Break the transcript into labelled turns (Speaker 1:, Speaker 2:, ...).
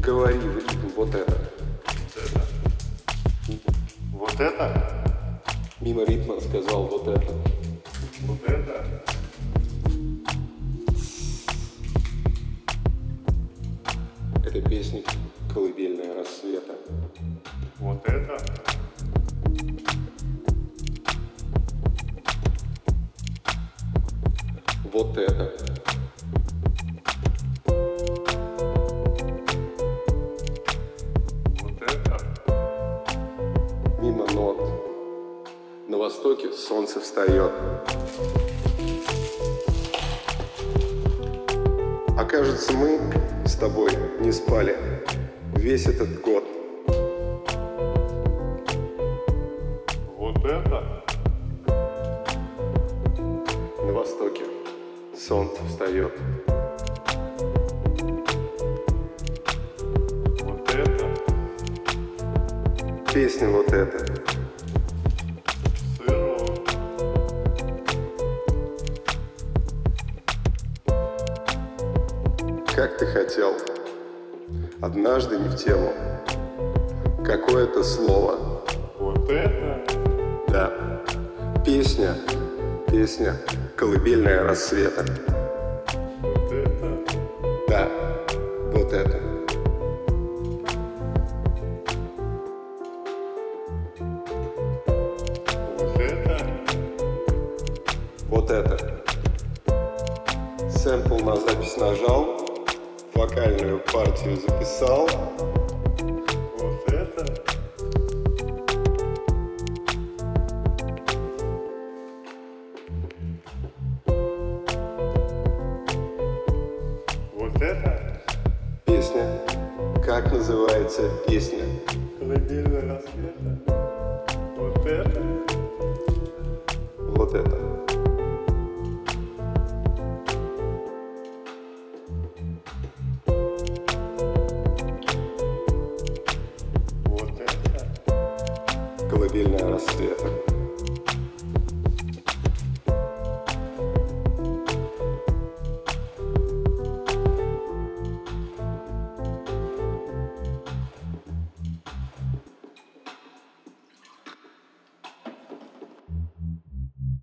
Speaker 1: Говори в ритм вот это.
Speaker 2: Вот это?
Speaker 1: Мимо ритма сказал вот это.
Speaker 2: Вот это?
Speaker 1: Это песня «Колыбельная рассвета».
Speaker 2: Вот это?
Speaker 1: Вот это.
Speaker 2: Вот это?
Speaker 1: Мимо нот. На востоке солнце встает. А кажется, мы с тобой не спали весь этот год.
Speaker 2: Вот это?
Speaker 1: На востоке солнце встает.
Speaker 2: Вот это?
Speaker 1: Песня вот эта.
Speaker 2: Сырок.
Speaker 1: Как ты хотел. Однажды не в тему. Какое-то слово.
Speaker 2: Вот это?
Speaker 1: Да. Песня. Песня. Колыбельная рассвета.
Speaker 2: Вот это?
Speaker 1: Да. Вот это.
Speaker 2: Вот это?
Speaker 1: Вот это. Сэмпл на запись нажал. Вокальную партию записал.
Speaker 2: Вот это? Вот это?
Speaker 1: Песня. Как называется песня?
Speaker 2: Колыбельная рассвета? Вот это?
Speaker 1: Вот это.
Speaker 2: Вот это?
Speaker 1: Колыбельная рассвета.